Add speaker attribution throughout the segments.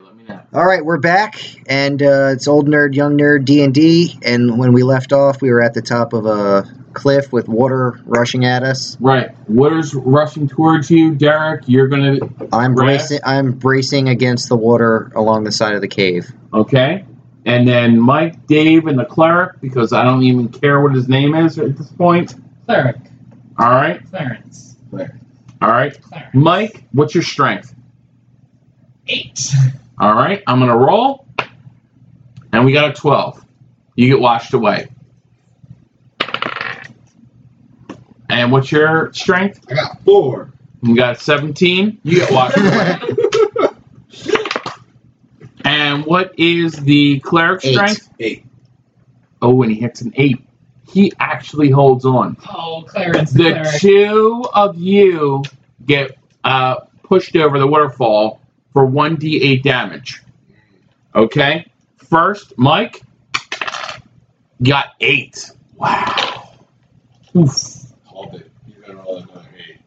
Speaker 1: let me know.
Speaker 2: All right, we're back, and uh, it's old nerd, young nerd, D and D. And when we left off, we were at the top of a cliff with water rushing at us.
Speaker 1: Right. Water's rushing towards you, Derek. You're gonna
Speaker 2: I'm
Speaker 1: Right.
Speaker 2: bracing. I'm bracing against the water along the side of the cave.
Speaker 1: okay. And then Mike, Dave, and the cleric, because I don't even care what his name is at this point.
Speaker 3: Cleric.
Speaker 1: All right.
Speaker 3: Clarence.
Speaker 1: All right.
Speaker 3: Clarence.
Speaker 1: Mike, what's your strength?
Speaker 3: Eight.
Speaker 1: All right. I'm gonna roll, and we got a twelve. You get washed away. And what's your strength?
Speaker 4: I got four.
Speaker 1: You got 17. You get washed away. And what is the cleric
Speaker 2: Eight.
Speaker 1: strength?
Speaker 4: Eight.
Speaker 1: Oh, and he hits an eight. He actually holds on.
Speaker 3: Oh, Clarence. The
Speaker 1: The
Speaker 3: cleric.
Speaker 1: two of you get uh, pushed over the waterfall for 1d8 damage. Okay? First, Mike got eight. Wow. Oof.
Speaker 4: Hold it. You got all another eight.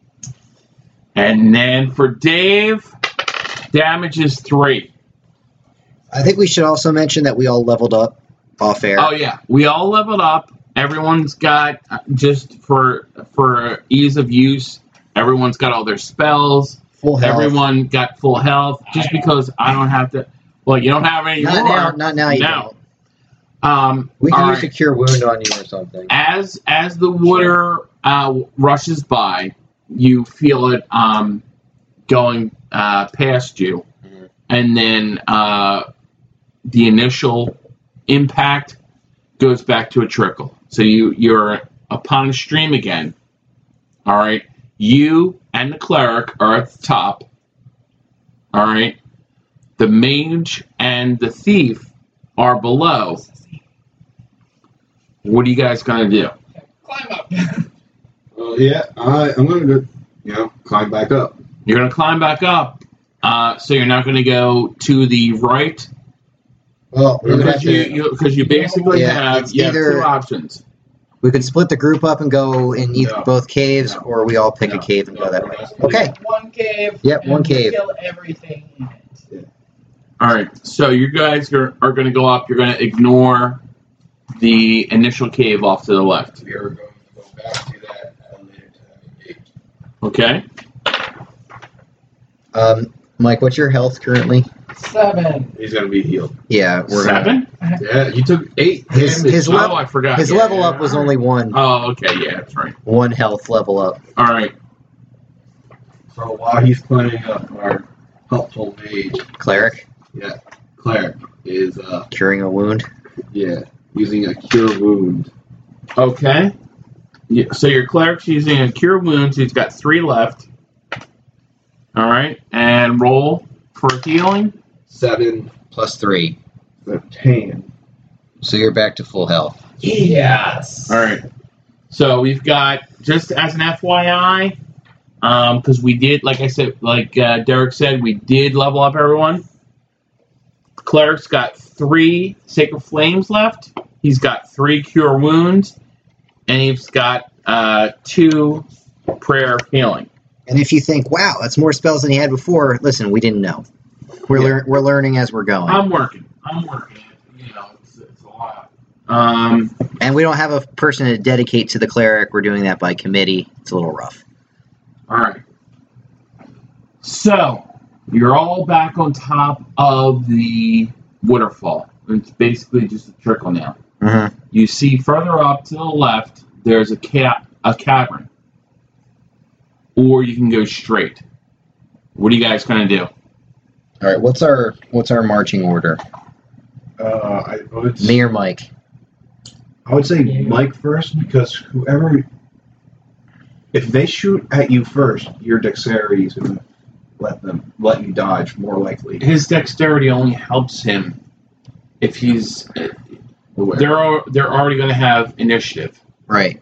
Speaker 1: And then for Dave, damage is three.
Speaker 2: I think we should also mention that we all leveled up off air.
Speaker 1: Oh yeah, we all leveled up. Everyone's got uh, just for for ease of use. Everyone's got all their spells.
Speaker 2: Full health.
Speaker 1: Everyone got full health. Just because I don't have to. Well, you don't have any
Speaker 2: Not now.
Speaker 1: more.
Speaker 2: Not now. You
Speaker 1: No.
Speaker 2: don't.
Speaker 1: Um,
Speaker 2: We can
Speaker 1: all
Speaker 2: use
Speaker 1: right.
Speaker 2: a cure wound on you or something.
Speaker 1: as as the water uh, rushes by, you feel it um, going uh, past you,
Speaker 4: Mhm.
Speaker 1: and then uh, the initial impact goes back to a trickle. So you you're upon a stream again. All right, you and the cleric are at the top. All right, the mage and the thief are below. What are you guys gonna do?
Speaker 3: Climb up.
Speaker 4: Well, yeah, I, I'm gonna go, you know, climb back up.
Speaker 1: You're gonna climb back up, uh, so you're not gonna go to the right
Speaker 2: Well, we would have
Speaker 1: because you,
Speaker 2: to.
Speaker 1: you, 'cause you basically
Speaker 2: Yeah,
Speaker 1: have
Speaker 2: it's
Speaker 1: you have
Speaker 2: either-
Speaker 1: two options.
Speaker 2: We could split the group up and go in either,
Speaker 4: No.
Speaker 2: both caves,
Speaker 4: No.
Speaker 2: or we all pick a
Speaker 4: No.
Speaker 2: cave and
Speaker 4: No,
Speaker 2: go that
Speaker 4: we're
Speaker 2: way.
Speaker 4: not splitting
Speaker 2: Okay.
Speaker 3: One cave.
Speaker 2: Yep,
Speaker 3: and
Speaker 2: one cave.
Speaker 3: Kill everything in it.
Speaker 1: All right, so you guys are, are gonna go up. You're gonna ignore the initial cave off to the left.
Speaker 4: We are going to go back to that at a later time. Eight.
Speaker 1: Okay,
Speaker 2: Um, Mike, what's your health currently?
Speaker 3: Seven.
Speaker 4: He's gonna be healed.
Speaker 2: Yeah, we're gonna-
Speaker 1: 7
Speaker 4: Yeah, you took eight
Speaker 2: His-
Speaker 4: damage.
Speaker 2: his
Speaker 1: oh,
Speaker 2: level-
Speaker 1: I forgot.
Speaker 2: His
Speaker 1: Yeah,
Speaker 2: level
Speaker 1: yeah,
Speaker 2: up was
Speaker 1: all
Speaker 2: only one,
Speaker 1: Oh, okay, yeah, that's right.
Speaker 2: one health level up.
Speaker 1: All right,
Speaker 4: So while he's climbing up, our helpful mage,
Speaker 2: Cleric
Speaker 4: yeah, cleric is uh,
Speaker 2: curing a wound.
Speaker 4: yeah, using a cure wound.
Speaker 1: okay. Yeah, so your cleric's using a cure wounds. He's got three left. All right, and roll for healing.
Speaker 4: Seven,
Speaker 2: Plus three,
Speaker 4: thirteen.
Speaker 2: so you're back to full health.
Speaker 3: Yes.
Speaker 1: All right. So we've got just as an FYI, because um, we did, like I said, like uh, Derek said, we did level up everyone. Cleric's got three sacred flames left. He's got three cure wounds, and he's got uh, two prayer of healing.
Speaker 2: And if you think, wow, that's more spells than he had before, listen, we didn't know. We're lear- we're learning as we're going,
Speaker 1: I'm working. I'm working. You know, it's, it's a lot. Um,
Speaker 2: and we don't have a person to dedicate to the cleric. We're doing that by committee. It's a little rough.
Speaker 1: All right. So you're all back on top of the waterfall. It's basically just a trickle now.
Speaker 2: Mhm.
Speaker 1: You see further up to the left, there's a cap, a cavern, or you can go straight. What are you guys gonna do?
Speaker 2: All right, what's our what's our marching order?
Speaker 4: Uh, I would
Speaker 2: Me or Mike?
Speaker 4: I would say Mike first because whoever, if they shoot at you first, your dexterity is gonna let them let you dodge more likely.
Speaker 1: His dexterity only helps him if he's.
Speaker 4: Aware.
Speaker 1: They're al- they're already gonna have initiative.
Speaker 2: Right.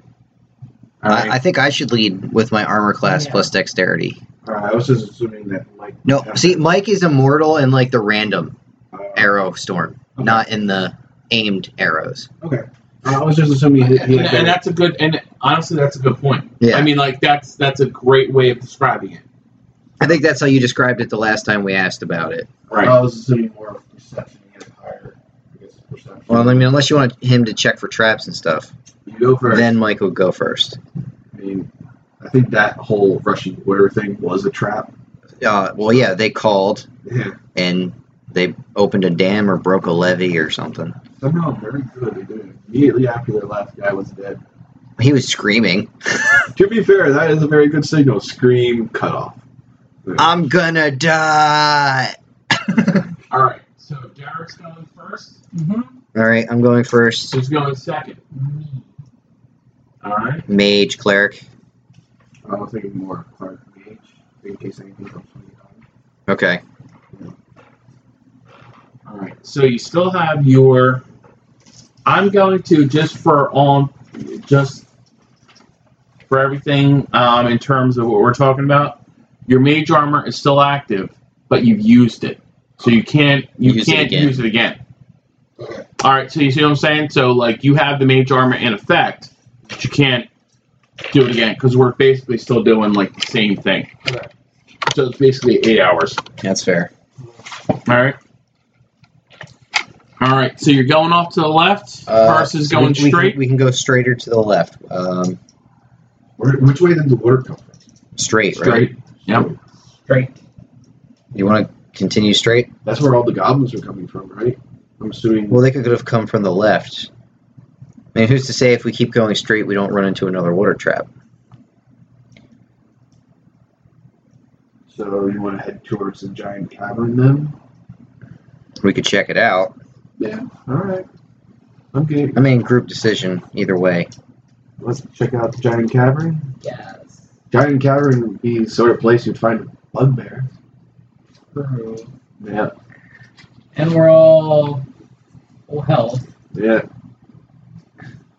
Speaker 1: All right.
Speaker 2: I, I think I should lead with my armor class
Speaker 3: Yeah.
Speaker 2: plus dexterity.
Speaker 4: All right, I was just assuming that Mike.
Speaker 2: No, see, Mike is immortal in like the random
Speaker 4: Uh,
Speaker 2: arrow storm,
Speaker 4: Okay.
Speaker 2: not in the aimed arrows.
Speaker 4: I was just assuming he, he
Speaker 1: and, and that's a good and honestly that's a good point
Speaker 2: Yeah.
Speaker 1: i mean like that's that's a great way of describing it
Speaker 2: I think that's how you described it the last time we asked about it.
Speaker 4: Right.
Speaker 1: I
Speaker 4: was assuming more of perception gets higher. I guess perception.
Speaker 2: Well, I mean, unless you want him to check for traps and stuff,
Speaker 4: you go first.
Speaker 2: then Mike would go first.
Speaker 4: I mean, I think that whole Russian border thing was a trap.
Speaker 2: Uh, well, yeah, they called
Speaker 4: Yeah.
Speaker 2: and they opened a dam or broke a levee or something.
Speaker 4: Somehow very good at doing it immediately after their last guy was dead.
Speaker 2: He was screaming,
Speaker 4: To be fair, that is a very good signal. Scream cut off.
Speaker 2: "I'm gonna die!"
Speaker 1: All right. So Derek's going first.
Speaker 3: Mm-hmm.
Speaker 2: All right, I'm going first.
Speaker 1: Who's going second? All right.
Speaker 2: Mage cleric.
Speaker 4: I was thinking more Clark Mage in case anything comes from the
Speaker 2: Okay.
Speaker 1: All right. So you still have your. I'm going to just for on, just for everything um, in terms of what we're talking about. Your mage armor is still active, but you've used it, so you can't you
Speaker 2: Use it
Speaker 1: can't
Speaker 2: again.
Speaker 1: use it again.
Speaker 4: Okay.
Speaker 1: All right. So you see what I'm saying? So like you have the mage armor in effect, but you can't do it again because we're basically still doing like the same thing.
Speaker 4: Okay.
Speaker 1: So it's basically eight hours.
Speaker 2: That's fair.
Speaker 1: All right. All right. So you're going off to the left
Speaker 2: Uh,
Speaker 1: versus
Speaker 2: so
Speaker 1: going
Speaker 2: we- we can-
Speaker 1: straight.
Speaker 2: We can go straighter to the left. Um,
Speaker 4: Where, which way did the water come from?
Speaker 2: straight, right?
Speaker 1: straight. Yep.
Speaker 3: Great.
Speaker 2: You want to continue straight?
Speaker 4: That's where all the goblins are coming from, right? I'm assuming.
Speaker 2: Well, they could have come from the left. I mean, who's to say if we keep going straight, we don't run into another water trap?
Speaker 4: so you want to head towards the giant cavern then?
Speaker 2: We could check it out.
Speaker 4: Yeah. All right. I'm game.
Speaker 2: I mean, group decision, either way.
Speaker 4: Let's check out the giant cavern.
Speaker 3: Yes.
Speaker 4: Giant cavern would be the sort of place you'd find a bugbear.
Speaker 3: True.
Speaker 4: Yeah.
Speaker 3: And we're all full health.
Speaker 4: Yeah.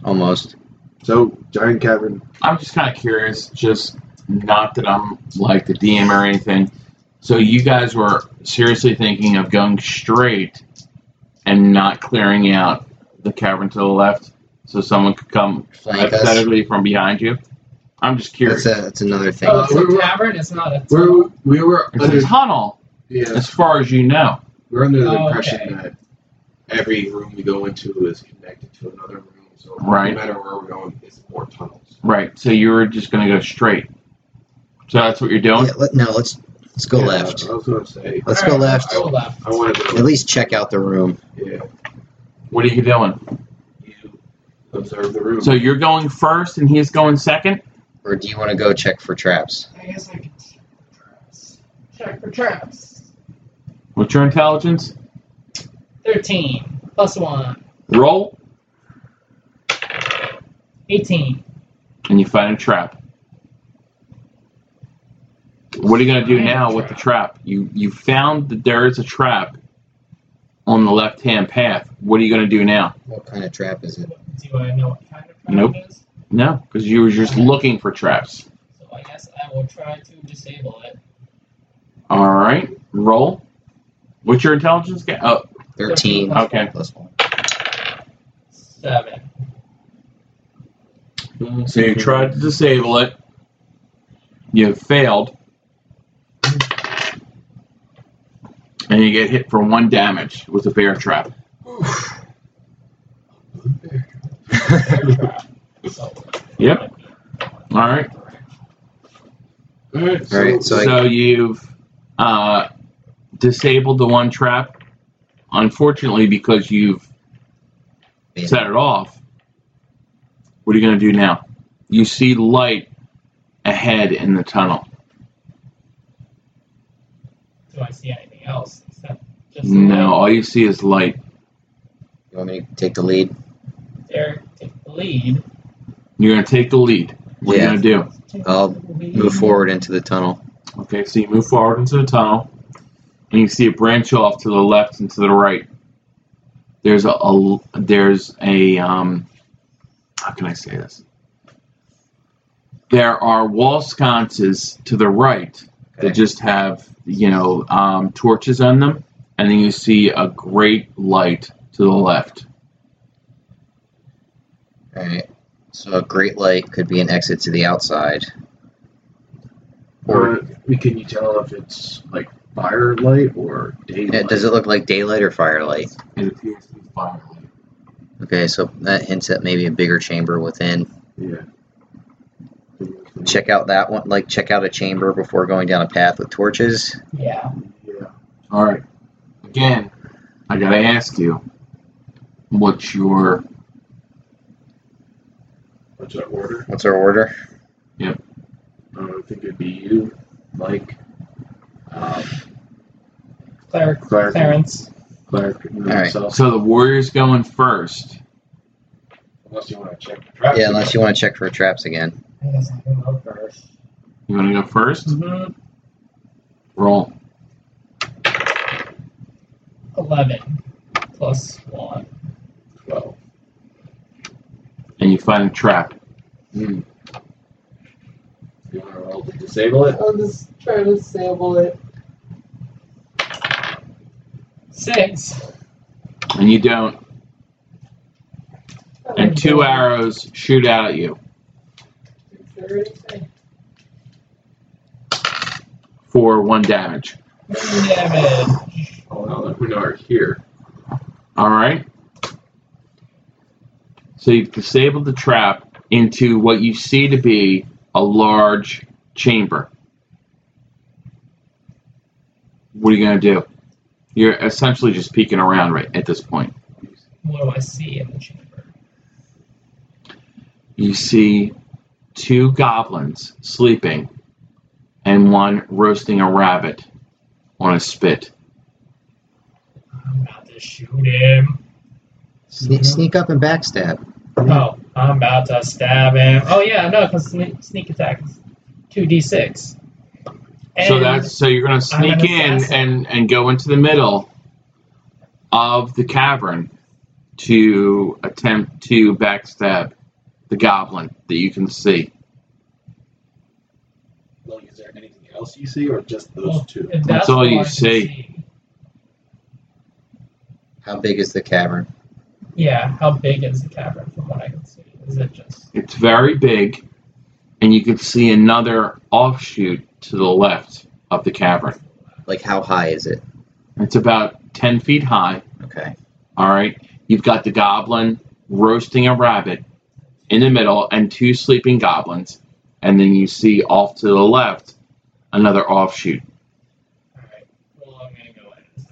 Speaker 2: Almost.
Speaker 4: So giant cavern.
Speaker 1: I'm just kind of curious. Just not that I'm like the DM or anything. So you guys were seriously thinking of going straight and not clearing out the cavern to the left, so someone could come
Speaker 2: Flank us.
Speaker 1: hypothetically from behind you. I'm just
Speaker 2: That's,
Speaker 1: curious.
Speaker 2: a, that's another thing.
Speaker 3: So Oh, it's
Speaker 4: we're-
Speaker 3: a
Speaker 4: we're-
Speaker 3: tavern. It's not a
Speaker 4: Where
Speaker 3: tunnel.
Speaker 4: we were
Speaker 1: It's
Speaker 4: under uh,
Speaker 1: a tunnel,
Speaker 4: yeah
Speaker 1: as far as you know.
Speaker 4: we're under the
Speaker 3: Oh,
Speaker 4: impression
Speaker 3: okay.
Speaker 4: that every room we go into is connected to another room. So
Speaker 1: Right.
Speaker 4: no matter where we're going, it's more tunnels.
Speaker 1: Right. So you were just going to go straight. So that's what you're doing.
Speaker 2: Yeah, let, no, let's let's go
Speaker 4: Yeah,
Speaker 2: left.
Speaker 4: I was gonna say.
Speaker 2: Let's
Speaker 3: All
Speaker 2: go
Speaker 3: right,
Speaker 2: left.
Speaker 3: Go left.
Speaker 4: I want to go.
Speaker 2: At least check out the room.
Speaker 4: Yeah.
Speaker 1: What are you doing?
Speaker 4: You observe the room.
Speaker 1: So you're going first and he's going second?
Speaker 2: Or do you want to go check for traps?
Speaker 3: I guess I could check for traps. Check for traps.
Speaker 1: What's your intelligence?
Speaker 3: Thirteen plus one.
Speaker 1: Roll
Speaker 3: Eighteen.
Speaker 1: and you find a trap. What are you gonna do now with the trap? You you found that there is a trap on the left hand path. What are you gonna do now?
Speaker 2: What kind of trap is it?
Speaker 3: Do I know what kind of trap
Speaker 1: Nope.
Speaker 3: it is?
Speaker 1: No, because you were just looking for traps.
Speaker 3: So I guess I will try to disable it.
Speaker 1: Alright, roll. What's your intelligence? ga- Oh,
Speaker 2: Thirteen.
Speaker 1: Okay.
Speaker 2: Plus one.
Speaker 3: Seven.
Speaker 1: Mm-hmm. So you tried to disable it. You failed. And you get hit for one damage with a bear trap.
Speaker 3: Trap. So-
Speaker 1: Yep. All right.
Speaker 4: All right.
Speaker 2: All right,
Speaker 1: So,
Speaker 2: So I-
Speaker 1: you've uh, disabled the one trap. Unfortunately, because you've
Speaker 2: Yeah.
Speaker 1: set it off, what are you going to do now? You see light ahead in the tunnel.
Speaker 3: Do I see anything else? except just the
Speaker 1: No,
Speaker 3: light?
Speaker 1: all you see is light.
Speaker 2: You want me to take the lead?
Speaker 3: Derek, take the lead.
Speaker 1: You're gonna take the lead. What
Speaker 2: Yeah.
Speaker 1: are you gonna
Speaker 2: I'll
Speaker 3: Take the lead.
Speaker 2: Move forward into the tunnel.
Speaker 1: do? Okay, so you move forward into the tunnel, and you see a branch off to the left and to the right. There's a, a there's a um, how can I say this? There are wall sconces to the right
Speaker 2: Okay.
Speaker 1: that just have you know um, torches on them, and then you see a great light to the left.
Speaker 2: All right. So a great light could be an exit to the outside. Or
Speaker 4: Or we- can you tell if it's like firelight or
Speaker 2: yeah,
Speaker 4: daylight?
Speaker 2: does it look like daylight or firelight?
Speaker 1: It appears to be firelight.
Speaker 2: Okay, so that hints at maybe a bigger chamber within.
Speaker 4: Yeah.
Speaker 2: Check out that one. Like check out a chamber before going down a path with torches.
Speaker 3: Yeah.
Speaker 4: Yeah.
Speaker 1: All right. Again, I gotta ask you, what's your
Speaker 4: What's that order? Uh,
Speaker 2: What's our order?
Speaker 4: I don't think it'd be you, Mike, um,
Speaker 3: Cleric.
Speaker 4: Cleric.
Speaker 3: Clarence.
Speaker 4: Clark, and
Speaker 2: All right.
Speaker 4: myself.
Speaker 1: so the warrior's going first?
Speaker 4: Unless you want to check the traps.
Speaker 2: Yeah, unless you want to check for traps again.
Speaker 3: I guess I can go first.
Speaker 1: You wanna go first?
Speaker 3: Mm-hmm.
Speaker 1: Roll.
Speaker 3: 11 plus 1.
Speaker 4: Well,
Speaker 1: And you find a trap.
Speaker 4: hmm. You want to roll to disable it?
Speaker 3: I'll just try to disable it. 6.
Speaker 1: And you don't. And two arrows shoot out at you for one damage.
Speaker 3: Damage.
Speaker 4: Oh, now that we are here.
Speaker 1: Alright? So you've disabled the trap into what you see to be a large chamber. What are you gonna do? You're essentially just peeking around right at this point.
Speaker 3: What do I see in the chamber?
Speaker 1: you see two goblins sleeping and one roasting a rabbit on a spit.
Speaker 3: I'm about to shoot him.
Speaker 2: Sneak, sneak up and backstab.
Speaker 3: Oh, I'm about to stab him. Oh, yeah, no, because sneak, sneak attack is 2d6.
Speaker 1: so
Speaker 3: And
Speaker 1: that's so you're gonna sneak
Speaker 3: an
Speaker 1: in
Speaker 3: assassin.
Speaker 1: and, and go into the middle of the cavern to attempt to backstab the goblin that you can see.
Speaker 4: Like, is there anything else you see, or just
Speaker 3: Well,
Speaker 4: those two?
Speaker 3: if
Speaker 1: That's all
Speaker 3: what
Speaker 1: you
Speaker 3: I can
Speaker 1: see.
Speaker 2: How big is the cavern?
Speaker 3: Yeah, how big is the cavern from what I can see? Is it just
Speaker 1: It's very big, and you can see another offshoot to the left of the cavern.
Speaker 2: Like how high is it?
Speaker 1: It's about ten feet high.
Speaker 2: Okay.
Speaker 1: All right. You've got the goblin roasting a rabbit in the middle and two sleeping goblins. And then you see off to the left another offshoot.
Speaker 3: Alright, well, I'm gonna go ahead and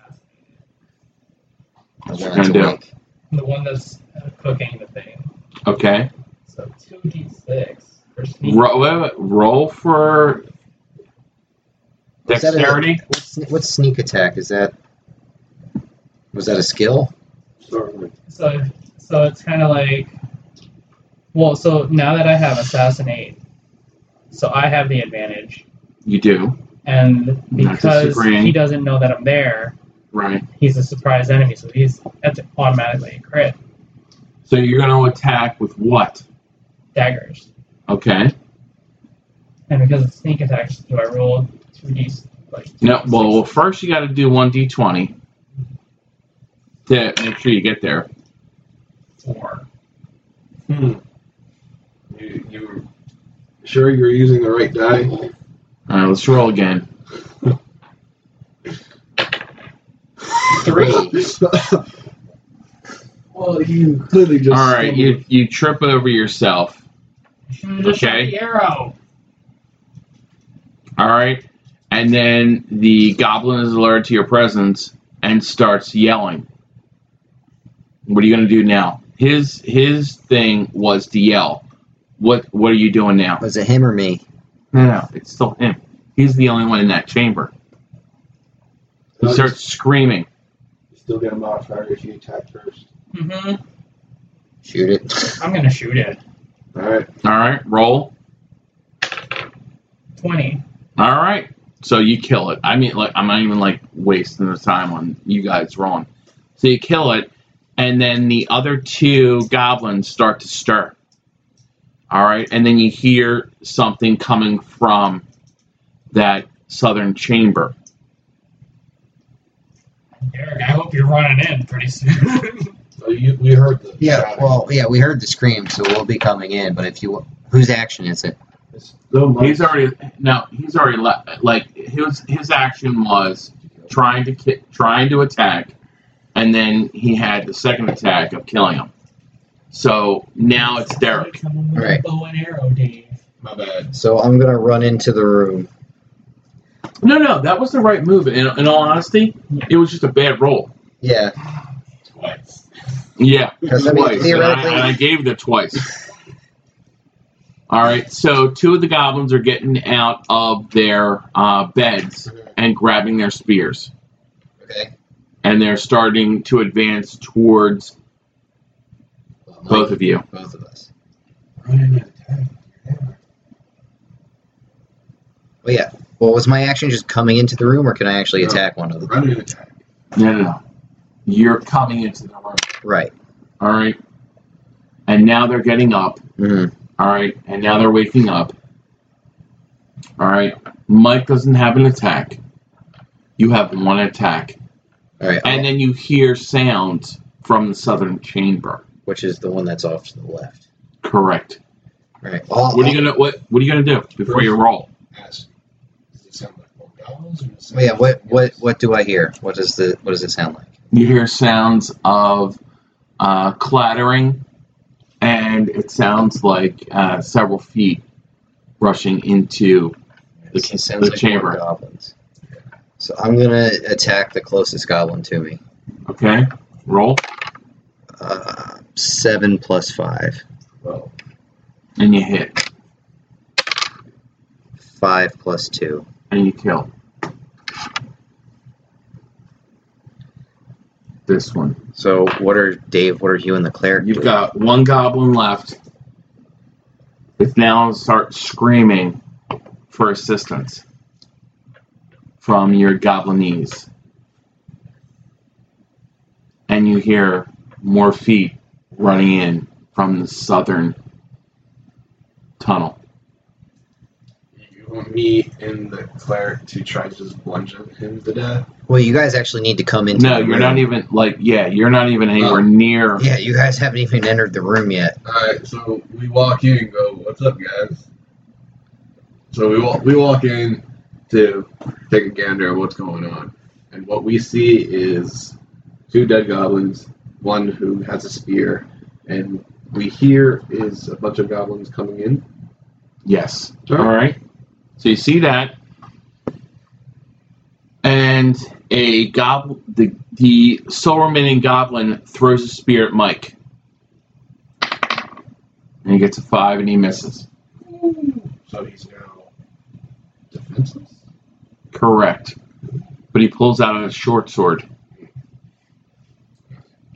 Speaker 3: assassinate it.
Speaker 1: That's
Speaker 2: The
Speaker 1: what you're
Speaker 2: one that's
Speaker 1: going to
Speaker 2: awake.
Speaker 3: The one that's uh, cooking the thing.
Speaker 1: do. Okay.
Speaker 3: So 2d6 for sneak.
Speaker 1: Roll, wait, wait, roll for
Speaker 2: Was that a-
Speaker 1: dexterity.
Speaker 2: What's, sne- what's sneak attack? Is that was that a skill?
Speaker 4: Sort of like,
Speaker 3: So, so it's kind of like, well, so now that I have assassinate, so I have the advantage,
Speaker 1: You do.
Speaker 3: and because
Speaker 1: disagreeing.
Speaker 3: he doesn't know that I'm there,
Speaker 1: Right.
Speaker 3: he's a surprise enemy, so he's that's automatically a crit
Speaker 1: So you're going to attack with what?
Speaker 3: daggers.
Speaker 1: Okay.
Speaker 3: And because it's sneak attacks, do I roll two d like
Speaker 1: No, well, well,
Speaker 3: well,
Speaker 1: first you got to do 1d20 to make sure you get there.
Speaker 3: four.
Speaker 4: hmm. You you sure you're using the right die?
Speaker 1: All right, let's roll again.
Speaker 2: Three.
Speaker 4: well, you clearly just.
Speaker 1: All right, you, you trip over yourself.
Speaker 3: Should've just shot
Speaker 1: Okay.
Speaker 3: the arrow.
Speaker 1: All right. And then the goblin is alerted to your presence and starts yelling. What are you going to do now? His his thing was to yell. What what are you doing now?
Speaker 2: Was it him or me?
Speaker 1: No, no, it's still him. He's the only one in that chamber. He
Speaker 4: Still-
Speaker 1: starts screaming.
Speaker 4: Oh, you still get a modifier if you attack first.
Speaker 3: hmm
Speaker 2: Shoot it.
Speaker 3: I'm gonna shoot it.
Speaker 4: All right.
Speaker 1: All right, roll.
Speaker 3: Twenty.
Speaker 1: All right. So you kill it. I mean, like I'm not even like wasting the time on you guys rolling. So you kill it, and then the other two goblins start to stir. All right, and then you hear something coming from that southern chamber.
Speaker 3: Derek, I hope you're running in pretty soon.
Speaker 4: So Oh, you we heard the.
Speaker 2: Yeah.
Speaker 4: shouting.
Speaker 2: Well, yeah, we heard the scream, so we'll be coming in. But if you, whose action is it?
Speaker 4: It's so much.
Speaker 1: He's already no. He's already left. Like his his action was trying to ki- trying to attack, and then he had the second attack of killing him. So now it's Derek.
Speaker 3: Someone with
Speaker 2: Right.
Speaker 3: a bow and arrow, Dave.
Speaker 4: My bad.
Speaker 2: So I'm gonna run into the room.
Speaker 1: No, no, that was the right move. In, in all honesty, it was just a bad roll.
Speaker 2: Yeah,
Speaker 3: Twice.
Speaker 1: Yeah,
Speaker 2: because I mean
Speaker 4: Twice,
Speaker 1: And I,
Speaker 2: theoretically,
Speaker 1: and I gave it a twice. All right, so two of the goblins are getting out of their uh, beds and grabbing their spears,
Speaker 2: okay.
Speaker 1: and they're starting to advance towards both of you.
Speaker 2: both of us.
Speaker 3: Running out of time.
Speaker 2: Well, yeah. Well, was my action just coming into the room, or can I actually
Speaker 4: No.
Speaker 2: attack one of them?
Speaker 4: Running attack.
Speaker 1: No, no, no. You're coming into the room.
Speaker 2: Right.
Speaker 1: All right, and now they're getting up.
Speaker 2: hmm
Speaker 1: All right, and now they're waking up. All right, Mike doesn't have an attack. You have one attack,
Speaker 2: All right.
Speaker 1: and then you hear sounds from the southern chamber.
Speaker 2: Which is the one that's off to the left.
Speaker 1: Correct.
Speaker 2: All right. I'll-
Speaker 1: What are you gonna what What are you gonna do before you roll?
Speaker 4: Ask. Does it sound like more goblins or does it
Speaker 2: Well, Oh, yeah.
Speaker 4: sound
Speaker 2: What
Speaker 4: like-
Speaker 2: what what do I hear? What does the what does it sound like?
Speaker 1: You hear sounds of uh, clattering, and it sounds like uh, several feet rushing into. The-
Speaker 2: It sounds
Speaker 1: the
Speaker 2: like
Speaker 1: chamber.
Speaker 2: more goblins. So I'm gonna attack the closest goblin to me.
Speaker 1: Okay, roll,
Speaker 2: Uh, seven plus five.
Speaker 4: Well,
Speaker 1: and you hit,
Speaker 2: Five plus two.
Speaker 1: and you kill. This one.
Speaker 2: So what are Dave? What are you and the cleric?
Speaker 1: You've
Speaker 2: doing?
Speaker 1: got one goblin left. It's now start screaming for assistance from your goblinese. And you hear more feet running in from the southern tunnel.
Speaker 4: you want me and the cleric to try to just plunge him to death?
Speaker 2: Well, you guys actually need to come into.
Speaker 1: No,
Speaker 2: the
Speaker 1: you're
Speaker 2: room.
Speaker 1: not even like yeah, you're not even anywhere near
Speaker 2: Yeah, you guys haven't even entered the room yet.
Speaker 5: Alright, so we walk in and go, What's up guys? So we walk we walk in to take a gander at what's going on. And what we see is two dead goblins, one who has a spear, and we hear is a bunch of goblins coming in.
Speaker 1: Yes.
Speaker 5: Sure.
Speaker 1: All right. So you see that, and a goblin, the the soul remaining goblin throws a spear at Mike, and he gets a five, and he misses.
Speaker 4: So he's now defenseless.
Speaker 1: Correct. But he pulls out a short sword.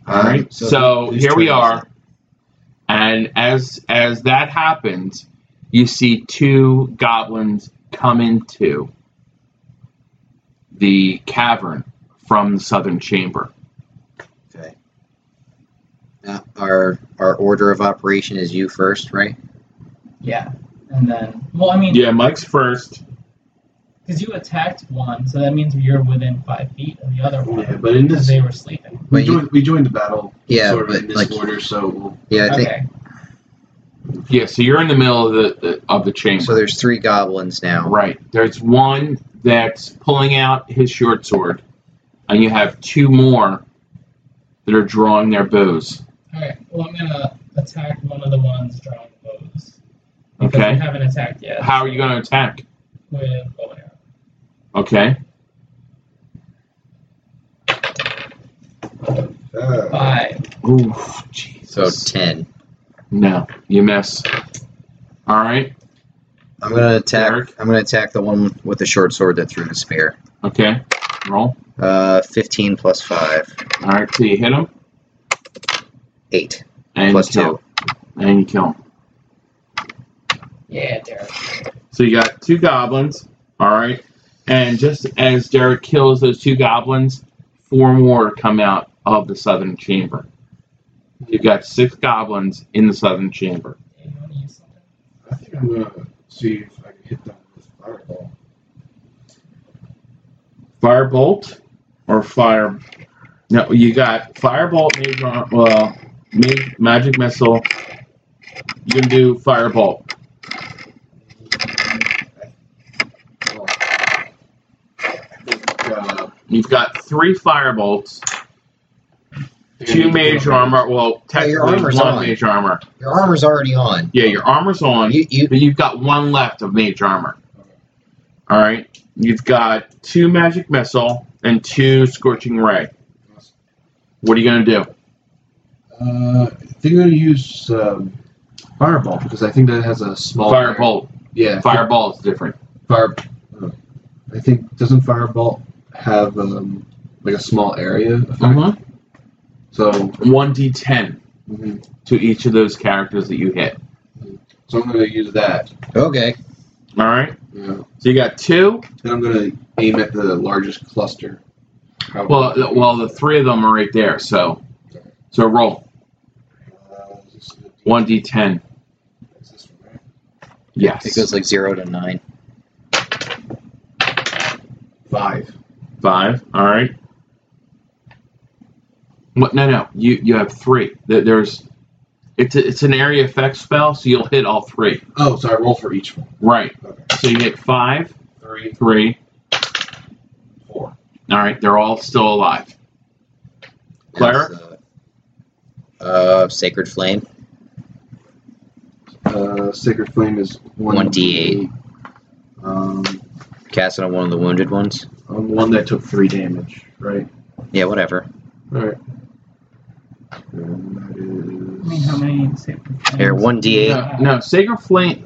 Speaker 1: All right.
Speaker 2: Um,
Speaker 1: so
Speaker 2: who's
Speaker 1: here we
Speaker 2: turn is
Speaker 1: are, and as as that happens, you see two goblins come into the cavern from the southern chamber.
Speaker 2: it? Okay. Now, our our order of operation is you first, right?
Speaker 3: Yeah. And then, well, I mean,
Speaker 1: Yeah, Mike's first.
Speaker 3: because you attacked one, so that means you're within five feet of the other one.
Speaker 4: Yeah, but in
Speaker 3: because
Speaker 4: this,
Speaker 3: they were sleeping.
Speaker 2: But
Speaker 4: we
Speaker 2: you-
Speaker 4: joined, we joined the battle
Speaker 2: Yeah,
Speaker 4: sort of
Speaker 2: but
Speaker 4: in this
Speaker 2: like,
Speaker 4: order, so we'll,
Speaker 2: yeah, I think
Speaker 3: okay.
Speaker 1: Yeah, so you're in the middle of the, the of the chamber.
Speaker 2: so. There's three goblins now.
Speaker 1: Right. There's one that's pulling out his short sword, and you have two more that are drawing their bows.
Speaker 3: Alright, well, I'm going to attack one of the ones drawing bows. Because
Speaker 1: Okay.
Speaker 3: I haven't attacked yet.
Speaker 1: How are you going to attack?
Speaker 3: With bow and arrow.
Speaker 1: Okay.
Speaker 4: uh,
Speaker 3: Five.
Speaker 1: Ooh, jeez.
Speaker 2: So ten.
Speaker 1: No, you miss. All right.
Speaker 2: I'm gonna attack.
Speaker 1: Eric?
Speaker 2: I'm gonna attack the one with the short sword that threw the spear.
Speaker 1: Okay. Roll.
Speaker 2: Uh, fifteen plus five,
Speaker 1: All right. So you hit him
Speaker 2: eight
Speaker 1: and
Speaker 2: plus
Speaker 1: you kill. And you kill him.
Speaker 3: Yeah, Derek.
Speaker 1: So you got two goblins. All right. And just as Derek kills those two goblins, four more come out of the southern chamber. You've got six goblins in the southern chamber.
Speaker 3: You want to use something?
Speaker 4: I think I'm gonna see if I can hit them with fireball.
Speaker 1: Firebolt or fire? No, you got firebolt, mage, arm- well, ma- magic missile. You can do firebolt.
Speaker 4: Uh,
Speaker 1: You've got three firebolts, two mage armor. Well,
Speaker 2: your
Speaker 1: technically
Speaker 2: armor's
Speaker 1: one
Speaker 2: on.
Speaker 1: mage armor.
Speaker 2: Your armor's already on.
Speaker 1: Yeah, your armor's on,
Speaker 2: You, you,
Speaker 1: but you've got one left of mage armor. All right. You've got two magic missile and two scorching ray. What are you gonna do?
Speaker 4: Uh, I think I'm gonna use um, fireball because I think that has a small
Speaker 1: Firebolt.
Speaker 4: Yeah,
Speaker 1: Fireball is different.
Speaker 4: fire. uh, I think doesn't firebolt have um, like a small area? Effect?
Speaker 1: Uh-huh.
Speaker 2: Mm-hmm.
Speaker 4: So
Speaker 1: One d10
Speaker 4: mhm.
Speaker 1: to each of those characters that you hit.
Speaker 4: so I'm gonna use that.
Speaker 2: okay.
Speaker 1: All right.
Speaker 4: Yeah.
Speaker 1: So you got two.
Speaker 4: Then I'm gonna aim at the largest cluster. How-
Speaker 1: Well, th- well, the three of them are right there. So, so roll
Speaker 4: Uh, is this a D-
Speaker 1: one d10.
Speaker 4: is this one, right?
Speaker 2: It
Speaker 1: Yes.
Speaker 2: goes like zero to nine.
Speaker 4: Five.
Speaker 1: Five. All right. What? No, no. You you have three. There- There's. It's a, it's an area effect spell, so you'll hit all three.
Speaker 4: Oh, so I roll for each one.
Speaker 1: Right.
Speaker 4: Okay.
Speaker 1: So you hit five,
Speaker 4: Three,
Speaker 1: three.
Speaker 4: four.
Speaker 1: All right. They're all still alive. Cleric?
Speaker 2: That's, Uh, uh, Sacred Flame.
Speaker 4: Uh, Sacred Flame is one,
Speaker 2: 1d8.
Speaker 4: Um,
Speaker 2: Cast it on one of the wounded ones.
Speaker 4: I'm the one that took three damage, right?
Speaker 2: Yeah, whatever.
Speaker 4: All right. And that
Speaker 3: I mean, how
Speaker 4: is
Speaker 3: many save
Speaker 2: Here, one d8.
Speaker 1: No, no, sacred flame.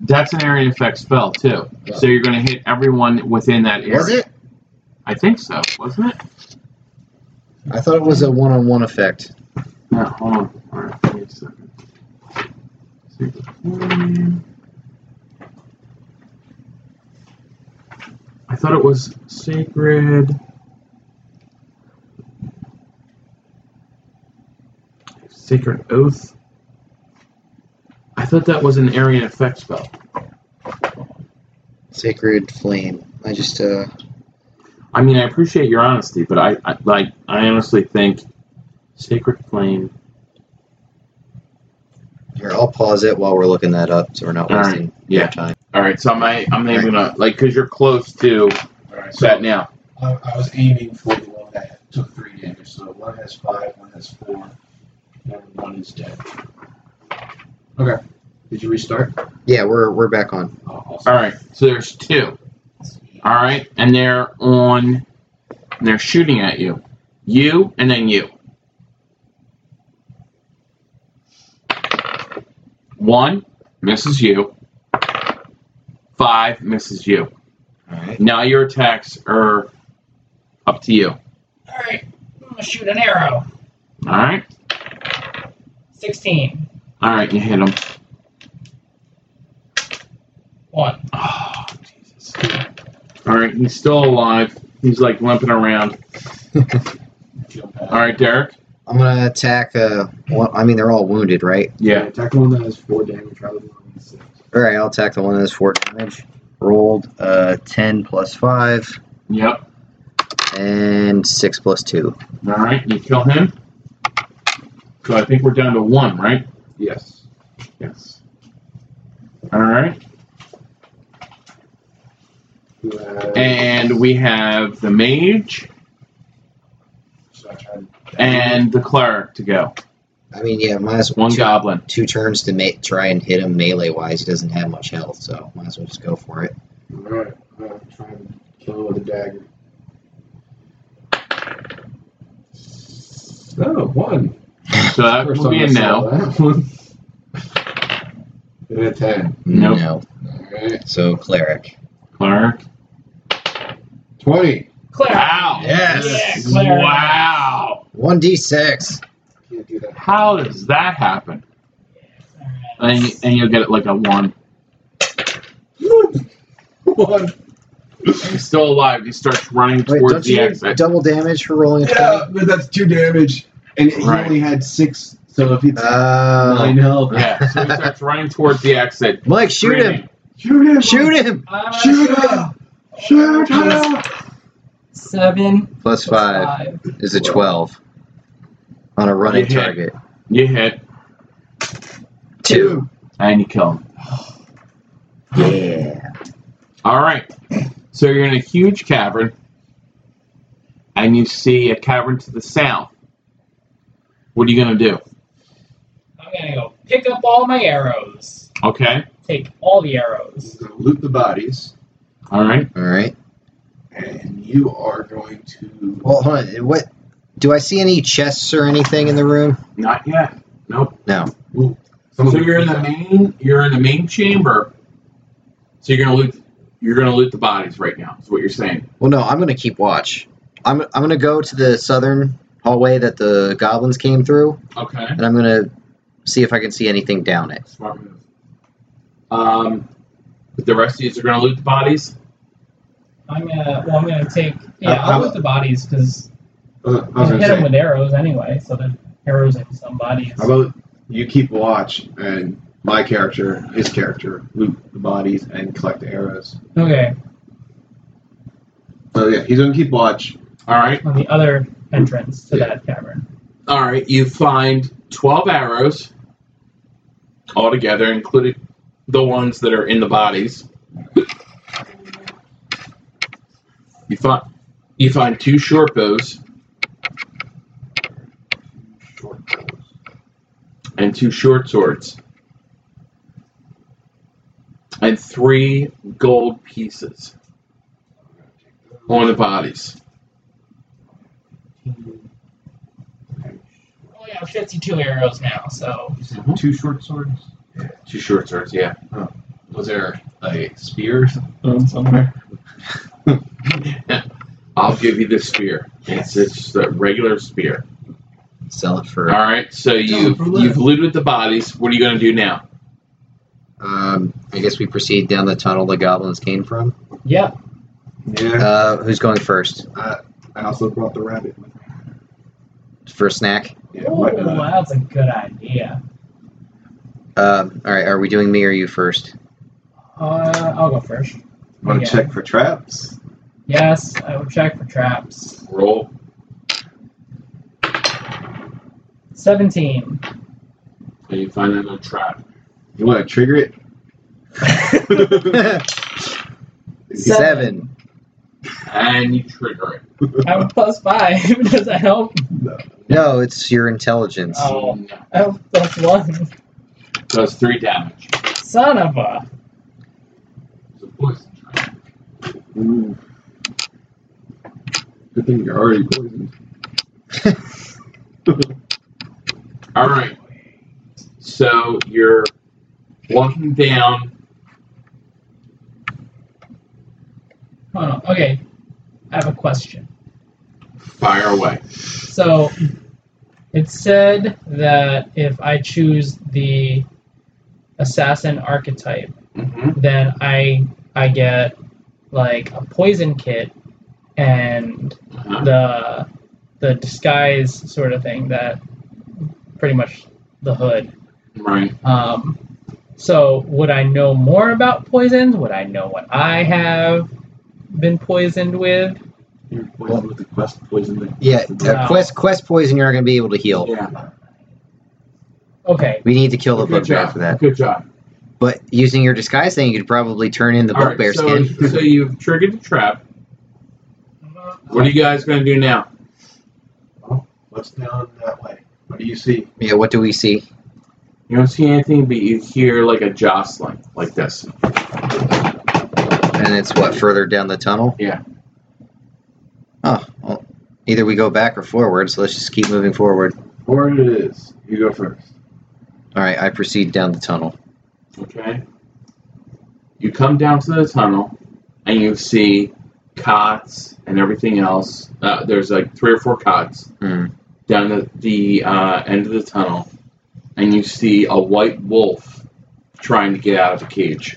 Speaker 1: That's an area effect spell too. So you're going to hit everyone within that area.
Speaker 2: Was it?
Speaker 1: I think so. Wasn't it?
Speaker 2: I thought it was a one-on-one effect.
Speaker 1: No, hold on. All right, give me a second. Secret Flame. I thought it was sacred. Sacred oath. I thought that was an area effect spell.
Speaker 2: Sacred Flame. I just uh.
Speaker 1: I mean, I appreciate your honesty, but I, I like I honestly think Sacred Flame.
Speaker 2: Here, I'll pause it while we're looking that up, so we're not
Speaker 1: All right,
Speaker 2: wasting
Speaker 1: yeah.
Speaker 2: your time.
Speaker 1: All right, so I'm I, I'm able to like because you're close to
Speaker 4: all right. So
Speaker 1: that now.
Speaker 4: I, I was aiming for the one that took three damage. So one has five, one has four, and one is dead. Okay. Did you restart?
Speaker 2: Yeah, we're we're back on.
Speaker 4: Oh, awesome.
Speaker 1: All right, so there's two. All right, and they're on. and They're shooting at you, you, and then you. One misses you. Five misses you. Uh,
Speaker 2: All right.
Speaker 1: Now your attacks are up to you. All
Speaker 3: Alright, I'm gonna shoot an arrow.
Speaker 1: right,
Speaker 3: 16.
Speaker 1: all right, you hit them.
Speaker 3: 1.
Speaker 1: Oh, Jesus. All right, he's still alive. He's like limping around.
Speaker 4: Jump
Speaker 1: All right, Derek.
Speaker 2: I'm gonna attack. Uh, well, I mean they're all wounded, right?
Speaker 1: Yeah.
Speaker 4: Attack the one that has four damage rather than the one that has six.
Speaker 2: All right, I'll attack the one that has four damage. Rolled uh ten plus five
Speaker 1: Yep.
Speaker 2: and six plus two.
Speaker 1: All right, you kill him. So I think we're down to one, right?
Speaker 4: Yes.
Speaker 1: Yes. All right,
Speaker 4: Who has-
Speaker 1: and we have the mage
Speaker 4: Should I try to-
Speaker 1: and the cleric to go.
Speaker 2: I mean, yeah, might as well
Speaker 1: One
Speaker 2: two,
Speaker 1: goblin.
Speaker 2: two turns to ma- try and hit him melee wise. He doesn't have much health, so might as well just go for it.
Speaker 4: Alright, I'm gonna try and kill it with a dagger. Oh, one.
Speaker 1: So that
Speaker 4: First
Speaker 1: will be a
Speaker 4: time I saw
Speaker 1: no.
Speaker 4: that one. And a ten.
Speaker 1: Nope.
Speaker 2: No.
Speaker 4: Alright.
Speaker 2: So cleric.
Speaker 1: Cleric.
Speaker 4: Twenty.
Speaker 3: Claire!
Speaker 1: Wow.
Speaker 2: Yes.
Speaker 3: Yeah, cleric.
Speaker 1: Wow.
Speaker 2: One d six.
Speaker 4: Can't do that.
Speaker 1: How does that happen? And
Speaker 3: Alright.
Speaker 1: you- and you'll get it like a one.
Speaker 4: One.
Speaker 1: He's still alive. He starts running
Speaker 2: Wait,
Speaker 1: towards
Speaker 2: don't
Speaker 1: the
Speaker 2: you do
Speaker 1: exit.
Speaker 2: double damage for rolling a
Speaker 4: Yeah, but that's two damage. And he
Speaker 1: Right.
Speaker 4: only had six, so if it's
Speaker 2: Uh,
Speaker 4: nine health.
Speaker 1: Yeah, so he starts running towards the exit.
Speaker 2: Mike, shoot
Speaker 1: screaming.
Speaker 2: him!
Speaker 4: Shoot him!
Speaker 2: Shoot him!
Speaker 3: I'm gonna
Speaker 4: Shoot
Speaker 3: shoot
Speaker 4: him! Shoot him!
Speaker 3: 7
Speaker 2: Plus
Speaker 3: plus
Speaker 2: five
Speaker 3: 5.
Speaker 2: is a twelve on a
Speaker 1: You
Speaker 2: running
Speaker 1: hit.
Speaker 2: target.
Speaker 1: You hit,
Speaker 2: Two.
Speaker 1: and you kill him.
Speaker 2: Yeah.
Speaker 1: All right. So you're in a huge cavern. and you see a cavern to the south, what are you going to do?
Speaker 3: I'm gonna go pick up all my arrows.
Speaker 1: Okay.
Speaker 3: Take all the arrows.
Speaker 5: You're gonna loot the bodies,
Speaker 1: All right.
Speaker 2: All right.
Speaker 5: and you are going to.
Speaker 2: Well, hold on. What do I see any chests or anything in the room?
Speaker 1: Not yet. Nope.
Speaker 2: No.
Speaker 1: So you're in the main. You're in the main chamber. So you're gonna loot. You're gonna loot the bodies right now. Is what you're saying.
Speaker 2: Well, no. I'm gonna keep watch. I'm I'm gonna go to the southern hallway that the goblins came through,
Speaker 1: Okay.
Speaker 2: and I'm gonna see if I can see anything down it.
Speaker 1: Smart move. Um, but the rest of you are gonna loot the bodies.
Speaker 3: I'm gonna well, I'm gonna take yeah.
Speaker 5: Uh, how-
Speaker 3: I'll loot the bodies because
Speaker 5: Uh, I
Speaker 3: I
Speaker 5: was
Speaker 3: hit
Speaker 5: gonna
Speaker 3: them
Speaker 5: say,
Speaker 3: with arrows anyway. So there's arrows in some bodies.
Speaker 5: how about you keep watch and my character, his character, loot the bodies and collect the arrows.
Speaker 3: Okay,
Speaker 4: Oh,
Speaker 5: So yeah, he's gonna keep watch.
Speaker 1: All right.
Speaker 3: on the other entrance to
Speaker 5: Yeah.
Speaker 3: that cavern.
Speaker 1: All right. You find twelve arrows altogether, including the ones that are in the bodies. You find you find two short bows
Speaker 5: Short
Speaker 1: and two short swords and three gold pieces on the bodies.
Speaker 3: Well, Oh, yeah, 52 arrows now. So
Speaker 5: Two short swords.
Speaker 1: Two short swords, yeah.
Speaker 5: Was there a spear?
Speaker 1: Um, somewhere. I'll give you the spear. It's just a regular spear.
Speaker 2: Sell it
Speaker 1: All
Speaker 2: for.
Speaker 1: right, so you've
Speaker 5: for less.
Speaker 1: you've looted the bodies. What are you gonna do now?
Speaker 2: Um, I guess we proceed down the tunnel the goblins came from.
Speaker 3: yeah,
Speaker 5: Yeah.
Speaker 2: Uh, who's going first?
Speaker 5: I also brought the rabbit with me.
Speaker 2: For a snack.
Speaker 5: Yeah, uh,
Speaker 3: oh,
Speaker 5: why not?
Speaker 3: wow, that's a good idea.
Speaker 2: Um, all right. Are we doing me or you first?
Speaker 3: Uh, I'll go first.
Speaker 5: Want to
Speaker 3: Yeah.
Speaker 5: check for traps?
Speaker 3: Yes, I will check for traps.
Speaker 1: Roll.
Speaker 3: 17.
Speaker 1: And you find another trap.
Speaker 5: You want to trigger it?
Speaker 2: Seven.
Speaker 1: And you trigger it.
Speaker 3: I'm plus five. Does that help?
Speaker 2: No, it's your intelligence.
Speaker 3: Oh,
Speaker 1: No.
Speaker 3: I have plus one.
Speaker 1: Does three damage.
Speaker 3: Son of a.
Speaker 1: It's a poison trap.
Speaker 5: Ooh. Good thing you're already poisoned.
Speaker 1: Alright. So you're walking down
Speaker 3: Hold on. Okay, I have a question.
Speaker 1: Fire away.
Speaker 3: So, it said that if I choose the assassin archetype,
Speaker 1: Mm-hmm.
Speaker 3: then I I get like a poison kit and
Speaker 1: Uh-huh.
Speaker 3: the the disguise sort of thing that pretty much the hood
Speaker 1: Right.
Speaker 3: Um, so would I know more about poisons? Would I know what I have been poisoned with?
Speaker 5: You're poisoned with the quest poison thing.
Speaker 2: Yeah, uh,
Speaker 3: Wow.
Speaker 2: quest quest poison. You're not going to be able to heal.
Speaker 1: Yeah.
Speaker 3: Okay.
Speaker 2: We need to kill the
Speaker 1: Good
Speaker 2: bugbear
Speaker 1: job.
Speaker 2: for that.
Speaker 1: Good job.
Speaker 2: But using your disguise thing, you could probably turn in the
Speaker 1: All right,
Speaker 2: bugbear
Speaker 1: so,
Speaker 2: skin.
Speaker 1: so you've triggered the trap. What are you guys going to do now?
Speaker 5: What's down that way? What do you see?
Speaker 2: Yeah, what do we see?
Speaker 1: You don't see anything, but you hear like a jostling, like this.
Speaker 2: And it's what further down the tunnel.
Speaker 1: Yeah.
Speaker 2: Oh, well, either we go back or forward. So let's just keep moving forward.
Speaker 5: Or it is. You go first.
Speaker 2: All right, I proceed down the tunnel.
Speaker 1: Okay. You come down to the tunnel, and you see cots and everything else. Uh, there's like three or four cots.
Speaker 2: Hmm.
Speaker 1: down the, the uh, end of the tunnel, and you see a white wolf trying to get out of the cage.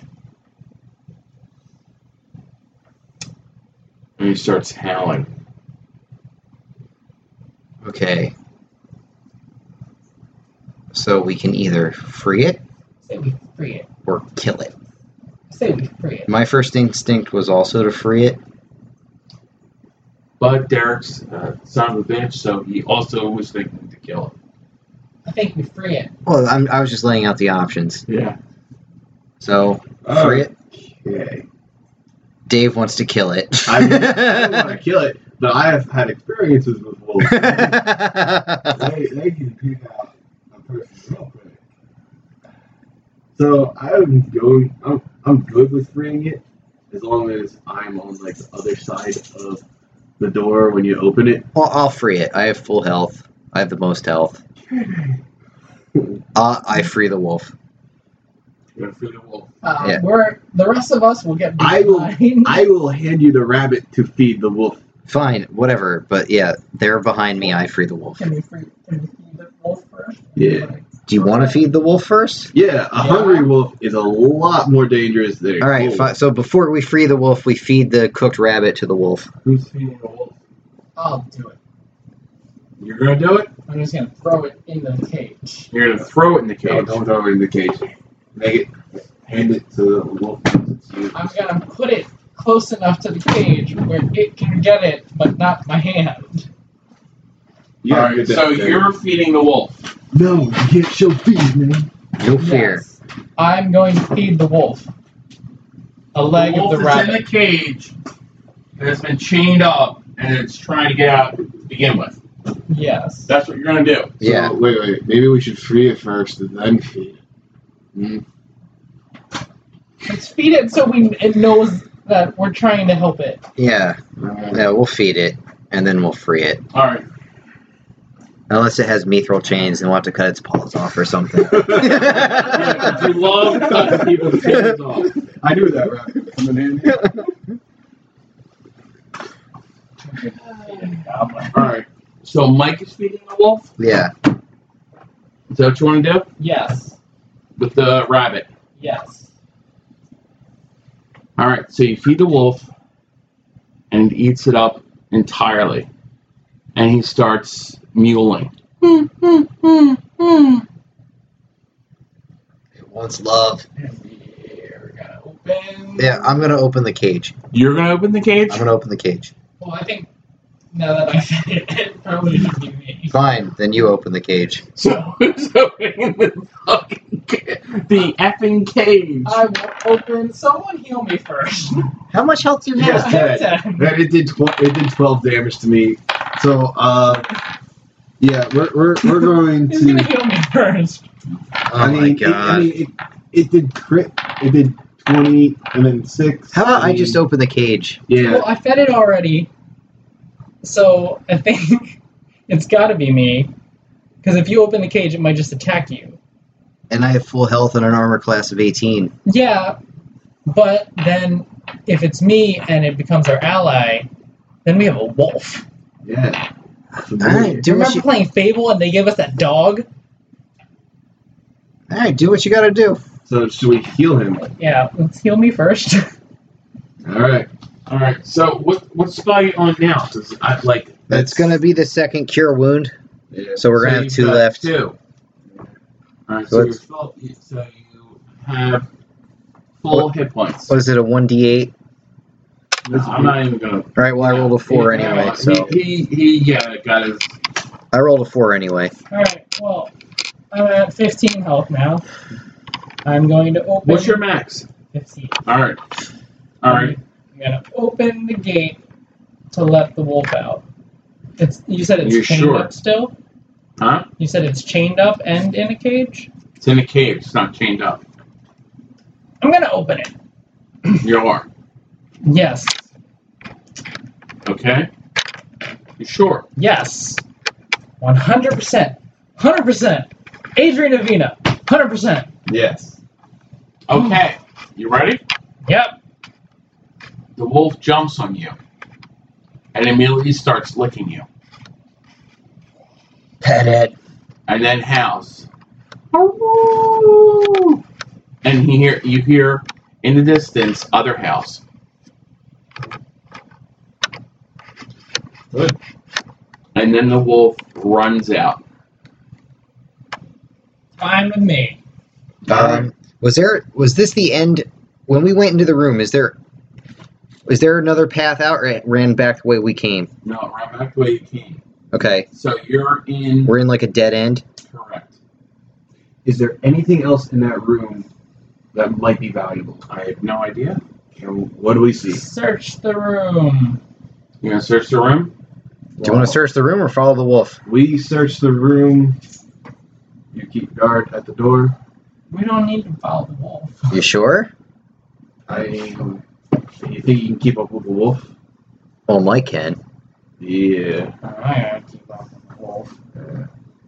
Speaker 1: And he starts howling.
Speaker 2: Okay. So we can either free it
Speaker 3: I say we free it.
Speaker 2: or kill it.
Speaker 3: I say we free it.
Speaker 2: My first instinct was also to free it.
Speaker 1: But Derek's uh, son of a bitch, so he also was thinking to kill him.
Speaker 3: I think we free it.
Speaker 2: Well, I'm, I was just laying out the options.
Speaker 1: Yeah.
Speaker 2: So free it.
Speaker 5: Okay.
Speaker 2: Dave wants to kill it.
Speaker 5: I, I want to kill it,
Speaker 4: Now, I have had experiences with wolves. they, they can pick out a person real quick. So I'm going. I'm, I'm good with freeing it as long as I'm on like the other side of the door when you open it.
Speaker 2: I'll, I'll free it. I have full health. I have the most health. Uh, I free the wolf.
Speaker 4: You're gonna free the wolf.
Speaker 3: Uh,
Speaker 2: Yeah.
Speaker 3: We're the rest of us will get
Speaker 4: I will-
Speaker 3: behind.
Speaker 4: I will hand you the rabbit to feed the wolf.
Speaker 2: Fine, whatever. But yeah, they're behind me. I free the wolf.
Speaker 3: Can we free? Can we feed the wolf first?
Speaker 4: Yeah.
Speaker 3: Like,
Speaker 2: Do you want to feed the wolf first?
Speaker 4: Yeah, a hungry wolf is a lot more dangerous than a
Speaker 2: All right.
Speaker 4: cold
Speaker 2: Fi- so before we free the wolf, we feed the cooked rabbit to the wolf.
Speaker 4: Who's feeding a wolf?
Speaker 3: I'll do it.
Speaker 4: You're gonna do it?
Speaker 3: I'm just gonna throw it in the cage.
Speaker 1: You're gonna throw it in the
Speaker 4: No,
Speaker 1: cage.
Speaker 4: don't throw it in the cage. Make it. Hand it to the wolf.
Speaker 3: I'm gonna put it close enough to the cage where it can get it, but not my hand.
Speaker 4: Yeah,
Speaker 1: All right,
Speaker 4: good
Speaker 1: so
Speaker 4: death there.
Speaker 1: you're feeding the wolf.
Speaker 4: No, you can't show feed, man.
Speaker 2: No fear.
Speaker 3: Yes. I'm going to feed the wolf. A leg
Speaker 1: wolf
Speaker 3: of the
Speaker 1: is in
Speaker 3: rabbit.
Speaker 1: the cage and it's been chained up and it's trying to get out to begin with.
Speaker 3: Yes.
Speaker 1: That's what you're gonna do.
Speaker 2: Yeah.
Speaker 6: So, wait, wait. Maybe we should free it first and then feed.
Speaker 3: Let's feed it so we it knows that we're trying to help it.
Speaker 2: Yeah. Yeah. We'll feed it, and then we'll free it.
Speaker 1: All right.
Speaker 2: Unless it has mithril chains, and we'll have to cut its paws off or something.
Speaker 1: We love cutting people's tails off.
Speaker 6: I knew that rabbit was coming in.
Speaker 1: All right. So Mike is feeding the wolf.
Speaker 2: yeah.
Speaker 1: Is that what you want to do
Speaker 3: Yes.
Speaker 1: with the rabbit?
Speaker 3: Yes.
Speaker 1: All right. So you feed the wolf, and it eats it up entirely, and he starts mewling.
Speaker 2: It wants love.
Speaker 3: And we're gonna open.
Speaker 2: Yeah. I'm gonna open the cage.
Speaker 1: You're gonna open the cage.
Speaker 2: I'm gonna open the cage.
Speaker 3: Well, I think now that I said it, it probably should be me.
Speaker 2: Fine. Then you open the cage.
Speaker 1: So who's opening the fucking ca- the effing cage?
Speaker 3: I will open. Someone heal me first.
Speaker 2: How much health do you
Speaker 4: Yes,
Speaker 3: I
Speaker 2: have?
Speaker 3: have
Speaker 4: Ted.
Speaker 3: ten.
Speaker 4: Man, it did tw- it did twelve damage to me. So, uh, yeah, we're we're, we're going
Speaker 3: Who's gonna
Speaker 4: to.
Speaker 3: heal me first?
Speaker 2: Oh my god.
Speaker 4: It, I mean, it, it did crit. It did twenty and then six.
Speaker 2: How about I
Speaker 4: mean,
Speaker 2: just open the cage?
Speaker 4: Yeah,
Speaker 3: Well, I fed it already, so I think it's got to be me. Because if you open the cage, it might just attack you.
Speaker 2: And I have full health and an armor class of 18.
Speaker 3: Yeah, but then if it's me and it becomes our ally, then we have a wolf.
Speaker 4: yeah.
Speaker 2: All right,
Speaker 3: Do
Speaker 2: do
Speaker 3: you
Speaker 2: what
Speaker 3: remember
Speaker 2: you,
Speaker 3: playing Fable and they gave us that dog?
Speaker 2: all right, do what you gotta do.
Speaker 4: So should we heal him?
Speaker 3: Yeah, let's heal me first.
Speaker 4: All right.
Speaker 1: All right. So what what spell are you on now? 'Cause I like.
Speaker 2: That's gonna be the second cure wound,
Speaker 4: Yeah.
Speaker 2: so we're gonna have
Speaker 1: you've
Speaker 2: two
Speaker 1: got
Speaker 2: left.
Speaker 1: Two. All right.
Speaker 2: So
Speaker 1: So, your
Speaker 2: it's-
Speaker 1: spell, so you have full hit points.
Speaker 2: What is it, a 1d8?
Speaker 1: No, I'm not even gonna.
Speaker 2: All right, well, I rolled a 4
Speaker 1: He-
Speaker 2: anyway,
Speaker 1: he-
Speaker 2: so.
Speaker 1: he he yeah got his.
Speaker 2: I rolled a 4 anyway.
Speaker 3: Alright, well, I'm at 15 health now. I'm going to open.
Speaker 1: What's your max?
Speaker 3: 15.
Speaker 1: All right. All right.
Speaker 3: I'm going to open the gate to let the wolf out. It's You said it's
Speaker 1: You're
Speaker 3: chained
Speaker 1: sure?
Speaker 3: up still?
Speaker 1: Huh?
Speaker 3: You said it's chained up and in a cage?
Speaker 1: It's in a cage. It's not chained up.
Speaker 3: I'm going to open it.
Speaker 1: You are.
Speaker 3: Yes.
Speaker 1: Okay. You sure?
Speaker 3: Yes. 100%. 100%. Adrian Avina. 100%.
Speaker 4: Yes.
Speaker 1: Okay. You ready?
Speaker 3: Yep.
Speaker 1: The wolf jumps on you, and immediately starts licking you,
Speaker 2: Pet it.
Speaker 1: and then howls. And he hear you hear in the distance other howls.
Speaker 4: Good.
Speaker 1: And then the wolf runs out.
Speaker 3: Fine with me.
Speaker 2: Um, was there, was this the end? When we went into the room, is there, was there another path out or it ran back the way we came?
Speaker 1: No, right back the way you came.
Speaker 2: Okay,
Speaker 1: So you're in
Speaker 2: we're in like a dead end.
Speaker 1: correct.
Speaker 4: Is there anything else in that room that might be valuable?
Speaker 1: I have no idea.
Speaker 4: And what do we see?
Speaker 3: Search the room.
Speaker 1: You gonna search the room?
Speaker 2: Do you want to search the room or follow the wolf?
Speaker 4: We search the room. You keep guard at the door.
Speaker 3: We don't need to follow the wolf.
Speaker 2: You sure?
Speaker 4: I. You think you can keep up with the wolf?
Speaker 2: Well, Oh, Mike can.
Speaker 4: Yeah.
Speaker 3: I gotta keep up with the wolf.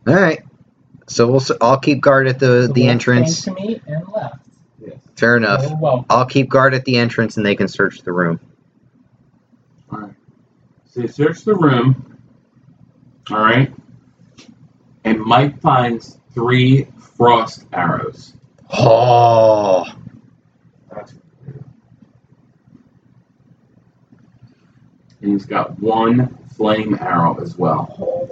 Speaker 2: All right. So we'll. s- I'll keep guard at the the
Speaker 3: wolf
Speaker 2: entrance.
Speaker 3: Came to me and left. Oh,
Speaker 4: Yes.
Speaker 2: Fair enough.
Speaker 3: You're welcome.
Speaker 2: I'll keep guard at the entrance, and they can search the room.
Speaker 1: So you search the room. All right. And Mike finds three frost arrows.
Speaker 2: Oh.
Speaker 4: That's
Speaker 1: And he's got one flame arrow as well.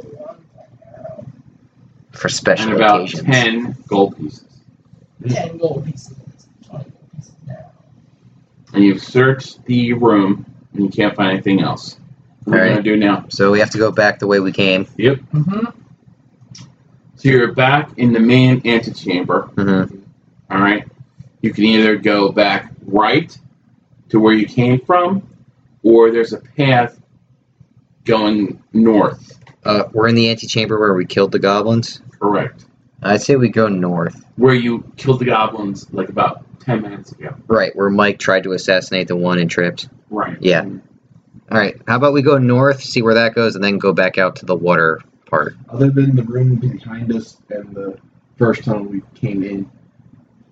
Speaker 2: For special
Speaker 1: and about
Speaker 2: occasions.
Speaker 1: 10 gold pieces.
Speaker 3: Ten gold pieces. Twenty gold pieces now.
Speaker 1: And you've searched the room and you can't find anything else. What are you
Speaker 2: All
Speaker 1: going to do now?
Speaker 2: So we have to go back the way we came.
Speaker 3: Mm-hmm.
Speaker 1: So you're back in the main antechamber.
Speaker 2: hmm
Speaker 1: All right. You can either go back right to where you came from, or there's a path going north.
Speaker 2: Uh, we're in the antechamber where we killed the goblins.
Speaker 1: Correct.
Speaker 2: I'd say we go north.
Speaker 1: Where you killed the goblins like about 10 minutes ago.
Speaker 2: Right, where Mike tried to assassinate the one and tripped.
Speaker 1: Right.
Speaker 2: Yeah. All right, how about we go north, see where that goes, and then go back out to the water part?
Speaker 4: Other than the room behind us and the first tunnel we came in,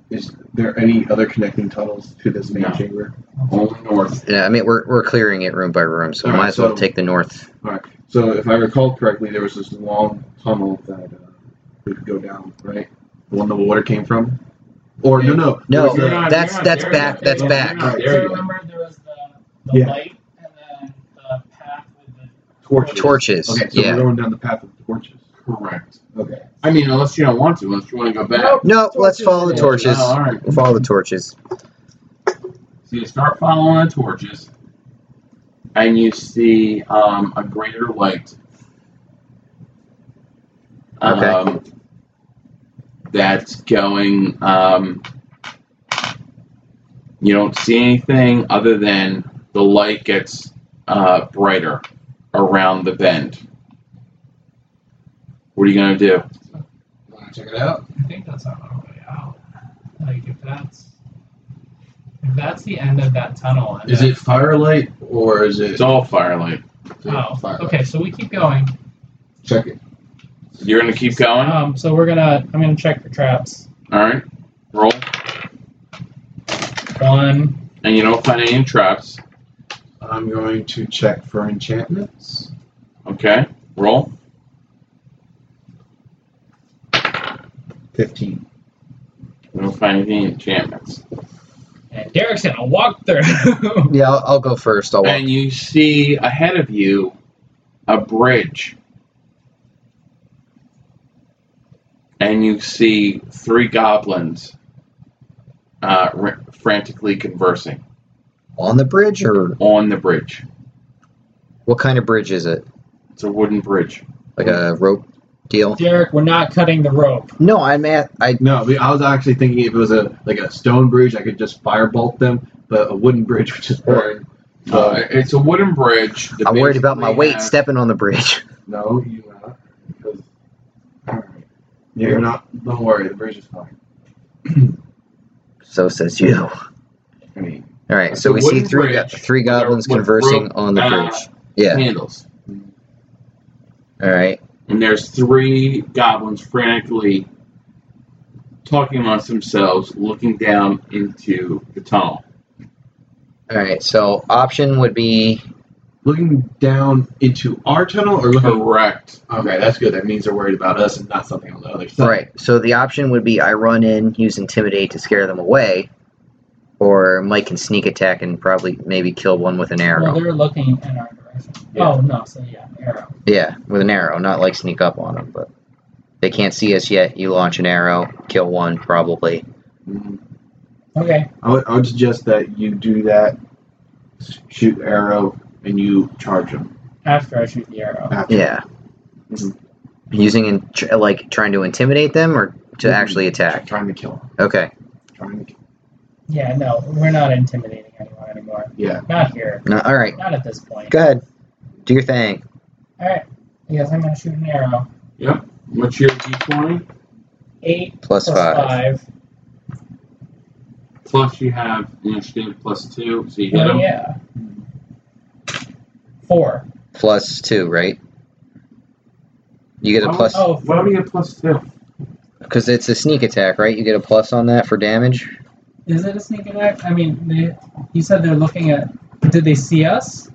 Speaker 4: is there any other connecting tunnels to this main
Speaker 1: No.
Speaker 4: chamber?
Speaker 1: Only north.
Speaker 2: Yeah, I mean, we're, we're clearing it room by room, so we
Speaker 4: All
Speaker 2: might
Speaker 4: right,
Speaker 2: as well
Speaker 4: so-
Speaker 2: take the north.
Speaker 4: So, if I recall correctly, there was this long tunnel that uh, we could go down, right? The one the water came from? Or, no, no.
Speaker 2: No,
Speaker 4: there was a-
Speaker 2: no, that's- that's back, that's back.
Speaker 1: There you
Speaker 3: So
Speaker 1: go.
Speaker 3: remember there was the, the
Speaker 4: Yeah.
Speaker 3: light and then the path with the
Speaker 4: Torches.
Speaker 2: Torches.
Speaker 4: Okay, so
Speaker 2: yeah.
Speaker 4: we're going down the path of torches.
Speaker 1: Correct.
Speaker 4: Okay.
Speaker 1: I mean, unless you don't want to, unless you want to go back.
Speaker 3: Nope.
Speaker 2: No, let's
Speaker 3: Torches.
Speaker 2: follow the torches.
Speaker 1: Oh, all right.
Speaker 2: We'll follow the torches.
Speaker 1: So you start following the torches, and you see um, a greater light.
Speaker 2: Okay.
Speaker 1: Um, that's going. Um, you don't see anything other than the light gets uh, brighter around the bend. What are you gonna do?
Speaker 5: Want to check it out?
Speaker 3: I think that's on our way out. Like if that's if that's the end of that tunnel. And
Speaker 5: Is it firelight or is it?
Speaker 1: It's all firelight.
Speaker 3: Oh,
Speaker 5: firelight.
Speaker 3: okay. So we keep going.
Speaker 5: Check it.
Speaker 1: You're gonna keep going. All
Speaker 3: Um, so we're gonna. I'm gonna check for traps.
Speaker 1: right. Roll.
Speaker 3: One.
Speaker 1: and you don't find any traps.
Speaker 5: I'm going to check for enchantments.
Speaker 1: Okay, roll.
Speaker 4: 15.
Speaker 1: You don't find any enchantments.
Speaker 3: And Derek's gonna walk through.
Speaker 2: Yeah, I'll, I'll go first. I'll walk.
Speaker 1: And you see ahead of you a bridge. And you see three goblins uh, r- frantically conversing
Speaker 2: On the bridge, or
Speaker 1: on the bridge.
Speaker 2: what kind of bridge is it?
Speaker 1: It's a wooden bridge.
Speaker 2: Like a rope deal?
Speaker 3: Derek, we're not cutting the rope.
Speaker 2: No, I'm at. I
Speaker 4: No, but I was actually thinking if it was a like a stone bridge, I could just firebolt them, but a wooden bridge would just burn.
Speaker 1: Uh, it's a wooden bridge. that
Speaker 2: I'm worried about my
Speaker 1: basically
Speaker 2: weight
Speaker 1: has-
Speaker 2: stepping on the bridge.
Speaker 4: No, you're not. Because, all right. You're not. Don't worry, the bridge is fine.
Speaker 2: So says you.
Speaker 4: I mean,
Speaker 2: All right,
Speaker 1: It's
Speaker 2: so
Speaker 1: a
Speaker 2: we see
Speaker 1: wooden
Speaker 2: three go-
Speaker 1: bridge
Speaker 2: three goblins
Speaker 1: with
Speaker 2: conversing
Speaker 1: rope,
Speaker 2: on the
Speaker 1: uh,
Speaker 2: bridge. Yeah.
Speaker 1: Handles.
Speaker 2: All right.
Speaker 1: and there's three goblins frantically talking amongst themselves, looking down into the tunnel.
Speaker 2: All right. So option would be
Speaker 4: looking down into our tunnel or looking.
Speaker 1: Correct.
Speaker 4: Okay, that's good. That means they're worried about us and not something on the other side.
Speaker 2: right. So the option would be I run in, use intimidate to scare them away, or Mike can sneak attack and probably maybe kill one with an
Speaker 3: Well,
Speaker 2: arrow.
Speaker 3: they're looking in our direction.
Speaker 1: Yeah.
Speaker 3: Oh no. So yeah, arrow.
Speaker 2: Yeah, with an arrow, not like sneak up on them, but they can't see us yet. You launch an arrow, kill one probably.
Speaker 4: Mm.
Speaker 3: Okay.
Speaker 4: I would, I would suggest that you do that, s- shoot arrow, and you charge them.
Speaker 3: After I shoot the arrow.
Speaker 4: After.
Speaker 2: Yeah.
Speaker 4: Mhm.
Speaker 2: Mm-hmm. Using in, tr- like trying to intimidate them or to
Speaker 4: Mhm.
Speaker 2: actually attack.
Speaker 4: Trying to kill 'em.
Speaker 2: Okay.
Speaker 4: Trying to kill 'em.
Speaker 3: Yeah. No, we're not intimidating anyone anymore.
Speaker 4: Yeah.
Speaker 3: Not here.
Speaker 2: No, all right.
Speaker 3: Not at this point.
Speaker 2: Go ahead. Do your thing.
Speaker 3: All right. I guess I'm gonna shoot an arrow.
Speaker 1: What's your d20?
Speaker 3: Eight
Speaker 2: Plus
Speaker 3: plus
Speaker 2: five.
Speaker 3: five.
Speaker 1: Plus you have initiative plus two, so you hit
Speaker 3: Oh,
Speaker 1: him.
Speaker 3: yeah. Four.
Speaker 2: Plus two, right? You get a
Speaker 1: Why
Speaker 2: plus
Speaker 3: Oh,
Speaker 1: Why would he get plus two?
Speaker 2: because it's a sneak attack, right? You get a plus on that for damage.
Speaker 3: is it a sneak attack? I mean, they, you said they're looking at. Did they see us?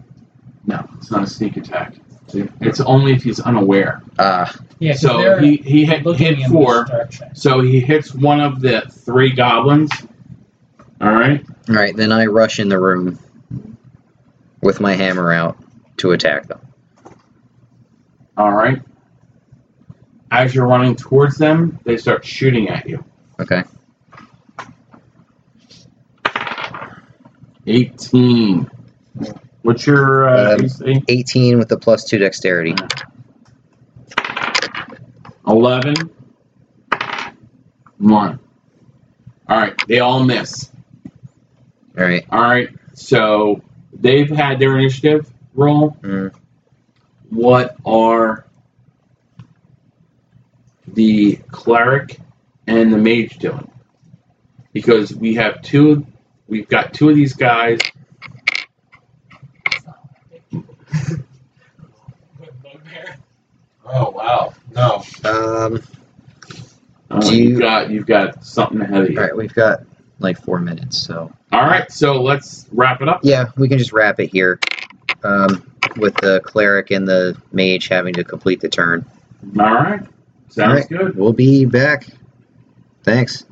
Speaker 1: No, it's not a sneak attack. It's only if he's unaware.
Speaker 2: Ah,
Speaker 3: Yeah. 'cause
Speaker 1: so
Speaker 3: they're
Speaker 1: he, he hit,
Speaker 3: looking
Speaker 1: hit
Speaker 3: in
Speaker 1: four.
Speaker 3: this direction.
Speaker 1: So he hits one of the three goblins. All right.
Speaker 2: all right. Then I rush in the room with my hammer out to attack them.
Speaker 1: All right. As you're running towards them, they start shooting at you.
Speaker 2: Okay.
Speaker 1: 18. What's your uh,
Speaker 2: Um,
Speaker 1: AC?
Speaker 2: 18 with the plus two dexterity.
Speaker 1: 11. 1. All right. They all miss.
Speaker 2: All right.
Speaker 1: All right. So they've had their initiative roll.
Speaker 2: Mm.
Speaker 1: what are the cleric and the mage doing? Because we have two, we've got two of these guys.
Speaker 5: Oh wow. No.
Speaker 2: Um.
Speaker 1: Uh,
Speaker 2: Do
Speaker 1: you've
Speaker 2: you-
Speaker 1: got you've got something ahead of
Speaker 2: All
Speaker 1: you.
Speaker 2: right. We've got like four minutes, so
Speaker 1: All right, so let's wrap it up.
Speaker 2: yeah, we can just wrap it here. Um, with the cleric and the mage having to complete the turn.
Speaker 1: All right, sounds
Speaker 2: All right.
Speaker 1: good.
Speaker 2: We'll be back. Thanks.